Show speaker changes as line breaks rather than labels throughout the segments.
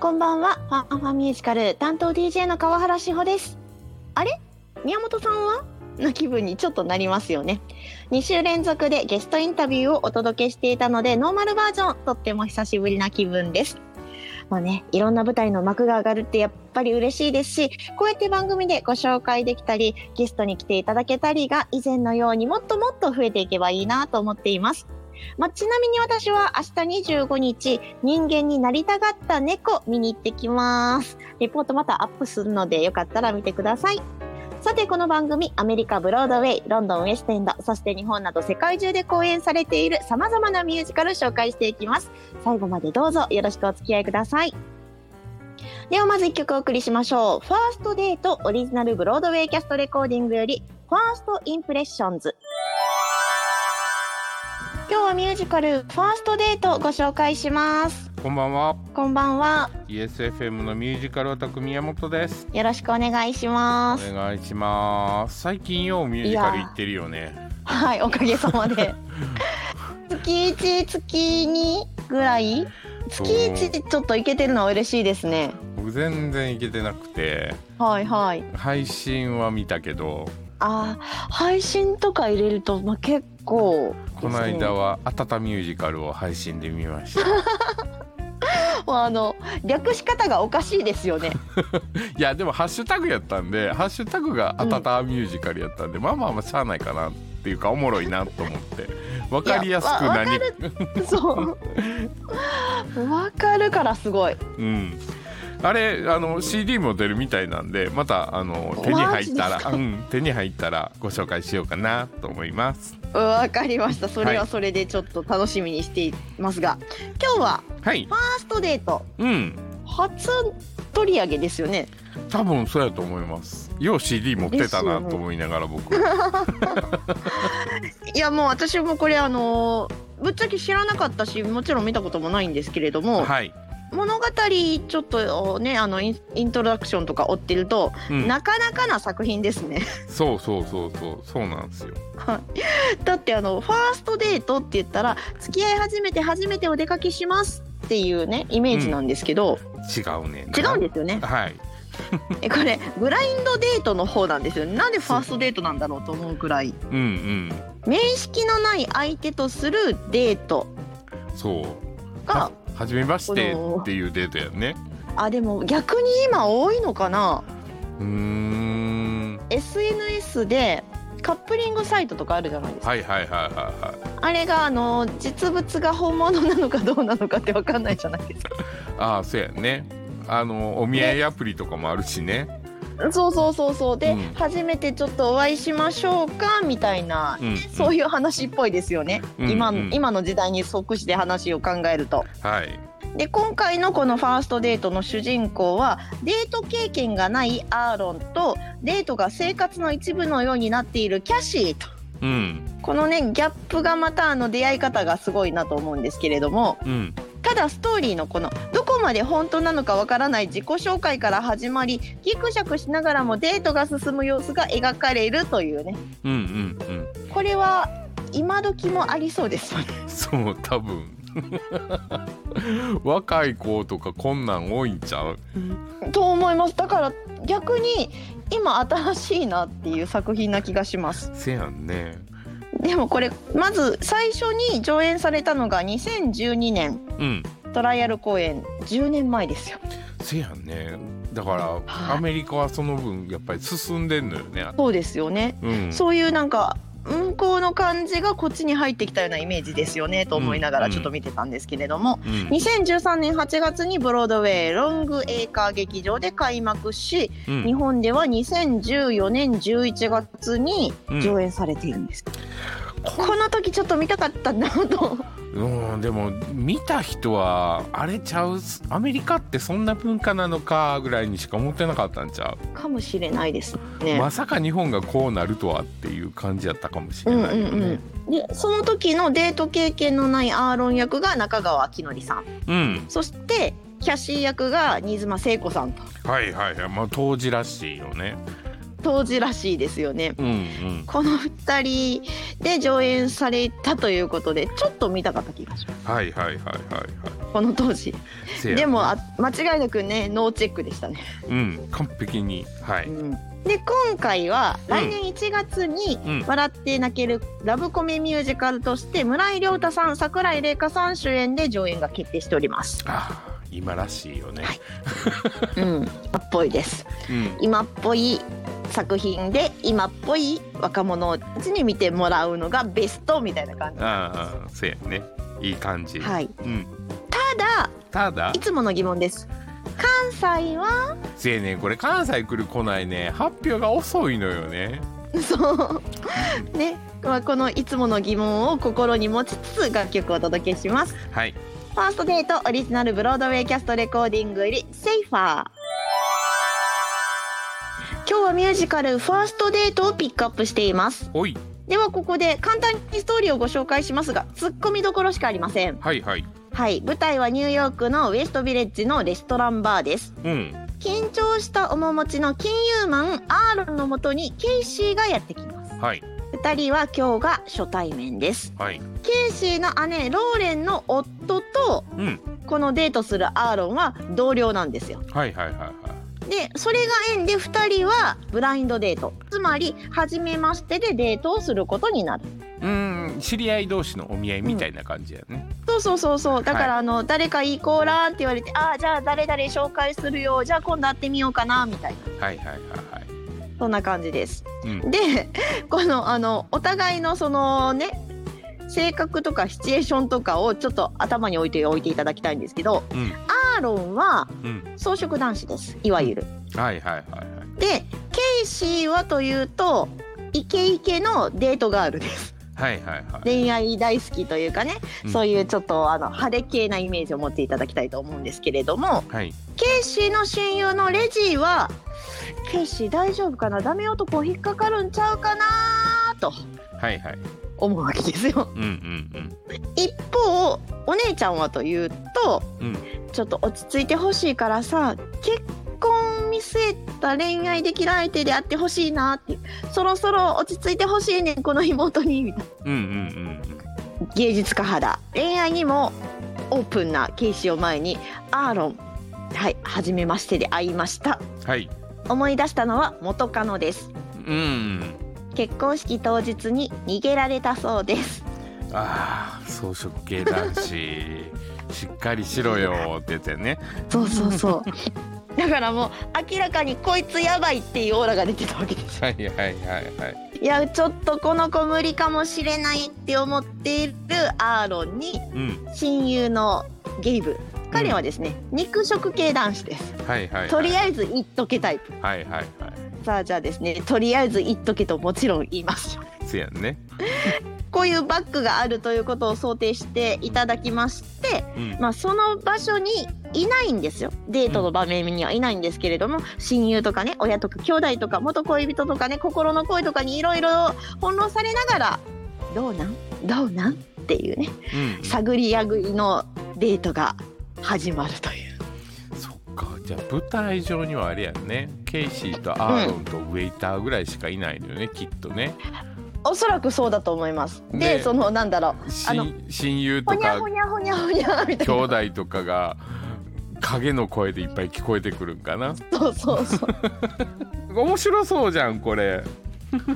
こんばんはファンファンミュージカル担当 DJ の川原志保ですあれ宮本さんはの気分にちょっとなりますよね2週連続でゲストインタビューをお届けしていたのでノーマルバージョンとっても久しぶりな気分ですまあね、いろんな舞台の幕が上がるってやっぱり嬉しいですしこうやって番組でご紹介できたりゲストに来ていただけたりが以前のようにもっともっと増えていけばいいなと思っています、まあ、ちなみに私は明日25日人間になりたがった猫見に行ってきますレポートまたアップするのでよかったら見てくださいさてこの番組アメリカブロードウェイロンドンウェストエンドそして日本など世界中で公演されているさまざまなミュージカル紹介していきます最後までどうぞよろしくお付き合いくださいではまず1曲お送りしましょうファーストデートオリジナルブロードウェイキャストレコーディングよりファーストインプレッションズ今日はミュージカルファーストデートをご紹介します
こんばんは
こんばんは
ESFM のミュージカルオタク宮本です
よろしくお願いし
お
ます
願いします最近ようミュージカル行ってるよね
はいおかげさま で月1月2ぐらい月1ちょっといけてるのは嬉しいですね
僕全然行けてなくて
はいはい
配信は見たけど
あー配信とか入れると、まあ、結構ですね、
この間は「あたたミュージカル」を配信で見まし た
もうあの略し方がおかしいですよ ね
いやでもハッシュタグやったんでハッシュタグが「あたたミュージカル」やったんで、まあまあまあしゃあないかなっていうかおもろいなと思って分かりやすく
いやわ
何
わかそうわかるからすごい
うん、あれあの CD も出るみたいなんでまたあの手に入った
マジです
ら、うん、手に入ったらご紹介しようかなと思います
わかりましたそれ
は
はいそれでちょっと楽しみにしていますが、今日は
はい
ファーストデート
うん
初取り上げですよね
多分そうやと思いますよう CD 持ってたなと思いながら僕、
いやもう私もこれあのぶっちゃけ知らなかったしもちろん見たこともないんですけれども、
はい、
物語ちょっとねあのインイントロダクションとか追ってると、
うん、
なかなかな作品ですね
そうそうそうそうそうなんですよ
だってあのファーストデートって言ったら付き合い始めて初めてお出かけしますっていうねイメージなんですけど、
違うねんな
違うんですよね
はい
えこれブラインドデートの方なんですよねなんでファーストデートなんだろうと思うくらい
うん
面識のない相手とするデート
うんそう
が
は初めまして
この
っていうデートやんね
あでも逆に今多いのかな
うーん
SNS でカップリングサイトとかあるじゃないですか
はいはいはいはいはい
あれがあの実物が本物なのかどうなのかって分かんないじゃないですか
ああそうやねあのお見合いアプリとかもあるしね
そうそうそうそうで、
うん
初めてちょっとお会いしましょうかみたいな、
うん
そういう話っぽいですよね、
うん
今
うん
今の時代に即して話を考えると
はい
で今回のこのファーストデートの主人公はデート経験がないアーロンとデートが生活の一部のようになっているキャシーと
うん
このねギャップがまたあの出会い方がすごいなと思うんですけれども
うん
ただストーリーのこのどこまで本当なのかわからない自己紹介から始まりギクシャクしながらもデートが進む様子が描かれるというね
うんうんうん
これは今時もありそうですよね。
そう多分 若い子とかこんなん多いんちゃう
と思いますだから逆に今新しいなっていう作品な気がします。
せやんね
でもこれまず最初に上演されたのが2012年
うん
トライアル公演10年前ですよ
せやんねだから
はい
アメリカはその分やっぱり進んでんのよね
そうですよね、
うん
そういうなんか向こうの感じがこっちに入ってきたようなイメージですよねと思いながらちょっと見てたんですけれども、
うん
2013年8月にブロードウェイロングエーカー劇場で開幕し
う
日
ん
本では2014年11月に上演されているんです、この時ちょっと見たかったなと
うん、でも見た人はあれちゃうアメリカってそんな文化なのかぐらいにしか思ってなかったんちゃう
かもしれないですね。
まさか日本がこうなるとはっていう感じやったかもしれないよね。
でその時のデート経験のないアーロン役が中川明典さん
うん、
そしてキャシー役が新妻聖子さんと
はいはいはい、まあ当時らしいよね。
当時らしいですよね
うんうん、
この2人で上演されたということでちょっと見たかった気がします
はいはいはいはいは
この当時
せや
でもあ間違いなくねノーチェックでしたね、
うん完璧には
う
い
ん、で今回は来年1月に
うん
「笑って泣けるラブコメミュージカル」として村井亮太さん桜井玲香さん主演で上演が決定しており ます、
あー今らしいよね、
はいうん、今っぽいです
うん
今っぽい作品で今っぽい若者たちに見てもらうのがベストみたいな感じ
ああせやねいい感じ、
はい
うん、
ただ
ただ
いつもの疑問です関西は
せやねこれ関西来る来ないね発表が遅いのよね
そう ねまあこのいつもの疑問を心に持ちつつ楽曲をお届けします
はい
ファーストデートオリジナルブロードウェイキャストレコーディング入りセイファー今日はミュージカルファーストデートをピックアップしています
おい
ではここで簡単にストーリーをご紹介しますがツッコミどころしかありません
はいはい
はい舞台はニューヨークのウエストビレッジのレストランバーです
うん
緊張した面持ちの金融マンアーロンのもとにケイシーがやってきます
はい
二人は今日が初対面です
はい
ケイシーの姉ローレンの夫と
うん
このデートするアーロンは同僚なんですよ
はいはいはいはい
でそれが縁で2人はブラインドデートつまり初めましてでデートをすることになる
うん知り合い同士のお見合いみたいな感じやね、
そうそうそうそうだか
は
らあの、誰かいい子おらんって言われてああじゃあ誰々紹介するよじゃあ今度会ってみようかなみたいな
はいはいはいはい
そんな感じです
うん
で このあのお互いのそのね性格とかシチュエーションとかをちょっと頭に置いておいていただきたいんですけど
うん
アーロンは
うん
草食男子ですいわゆる
はいはいはいはい
でケイシーはというとイケイケのデートガールです
はいはいはい
恋愛大好きというかね、
うん
そういうちょっとあの派手系なイメージを持っていただきたいと思うんですけれども
はい
ケイシーの親友のレジーは「ケイシー大丈夫かなダメ男引っかかるんちゃうかな?」と
はいはい
思うわけですよ。
うんうん
一方お姉ちゃんはというと
うんうん
ちょっと落ち着いてほしいからさ結婚を見据えた恋愛できる相手であってほしいなってそろそろ落ち着いてほしいねんこの妹にみたい
うんうん
な芸術家肌恋愛にもオープンなケイシーを前にアーロンはい初めましてで会いました
うんはい
思い出したのは元カノです
うん
結婚式当日に逃げられたそうです
ああ草食系男子しっかりしろよって言ってね
そうそうそう だからもう明らかにこいつやばいっていうオーラが出てたわけです
はいはいはいはい
いやちょっとこの子無理かもしれないって思っているアーロンに
うん
親友のゲイブ彼はですね、肉食系男子です、
はいはいはい
とりあえず言っとけタイプ
はいはいは
さあじゃあですねとりあえず言っとけともちろん言います
いせやんね
こういうバッグがあるということを想定していただきまして、
うん
まあ、その場所にいないんですよデートの場面にはいないんですけれども、親友とかね親とか兄弟とか元恋人とかね心の声とかにいろいろ翻弄されながら「どうなんどうなん?」っていうね
うん
探りやぐりのデートが始まるという。
そっかじゃあ舞台上にはあれやんねケイシーとアーロンとウェイターぐらいしかいないのよね、きっとね
おそらくそうだと思います。
ね
で、そのなんだろう、
し
あの
親友
ほ
と
にゃ
か
ほにゃほにゃほにゃみたい
兄
な。
弟とかが影の声でいっぱい聞こえてくるんかな
そうそうそう。
面白そうじゃんこれ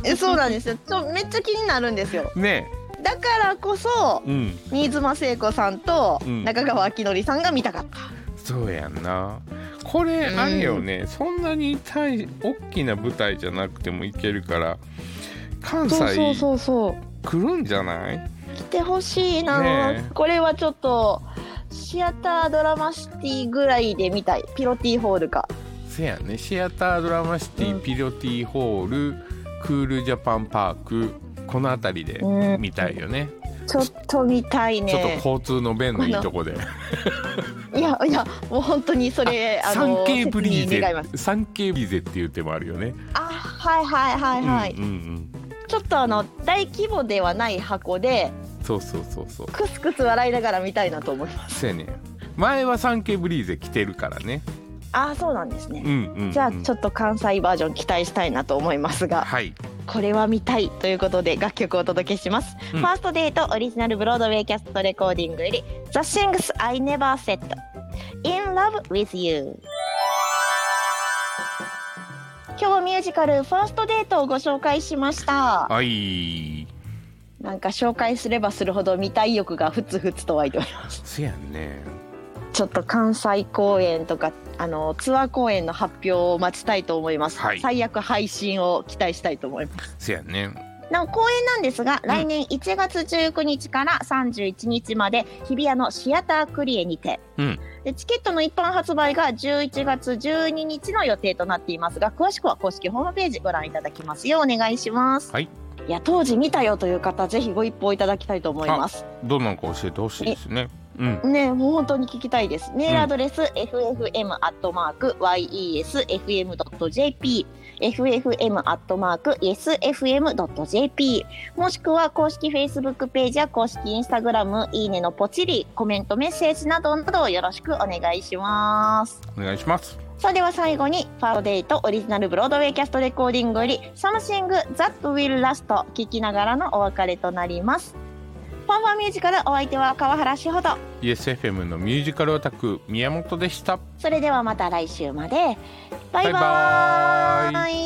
え、そうなんですよ。ちょ、めっちゃ気になるんですよ。
ね
だからこそ、
うん
新妻聖子さんと
うん
中川明典さんが見たかった、
そうやんなこれ
うん
あれよね、そんなに大大きな舞台じゃなくてもいけるから関
そうそう
西
そうそ
来るんじゃないう
来てほしいな、
ねえ
これはちょっとシアタードラマシティぐらいで見たいピロティホールか
せやねシアタードラマシティ、
うん
ピロティホールクールジャパンパークこの辺りで
うん
見たいよね、
ちょっと見たい
ちょっと
ね
交通の便のいいとこで
いやいやもう本当にそれあの
産経ブリー
切に願い
ゼ
ます
産経ブリーゼっていう手もあるよね
あはいはいはいはい、
うんうん
ちょっとあの大規模ではない箱で
うんそうそうそうそう
クスクス笑いながら見たいなと思います
せやね前は産経ブリーゼ来てるからね
あそうなんです
う
ね、
んうん、うん、
じゃあちょっと関西バージョン期待したいなと思いますが
はい
これは見たいということで楽曲をお届けします、
うん
ファーストデートオリジナルブロードウェイキャストレコーディングより The Things I Never Said In Love With You 今日はミュージカルファーストデートをご紹介しました
はい
なんか紹介すればするほど見たい欲がふつふつと湧いております
せやんね
ちょっと関西公演とかあのツアー公演の発表を待ちたいと思います、
はい
最悪配信を期待したいと思います
せやんね
なお公演なんですが、来年1月19日から31日まで日比谷のシアタークリエにて、
うん
でチケットの一般発売が11月12日の予定となっていますが詳しくは公式ホームページご覧いただきますようお願いします、
はい、
や当時見たよという方ぜひご一報いただきたいと思います
どんなんか教えてほしいですねうん
ねもう本当に聞きたいですメールアドレス、ffm.yesfm.jp ffm.yesfm.jp もしくは公式 Facebook ページや公式 Instagram いいねのポチリコメントメッセージなどなどよろしくお願いします
お願いします
それでは最後にファーデートオリジナルブロードウェイキャストレコーディングより「Something That Will Last」聞きながらのお別れとなりますファンファンミュージカルお相手は川原志ほど
ESFM のミュージカルオタク宮本でした
それではまた来週までバイバ
バイバーイ
イ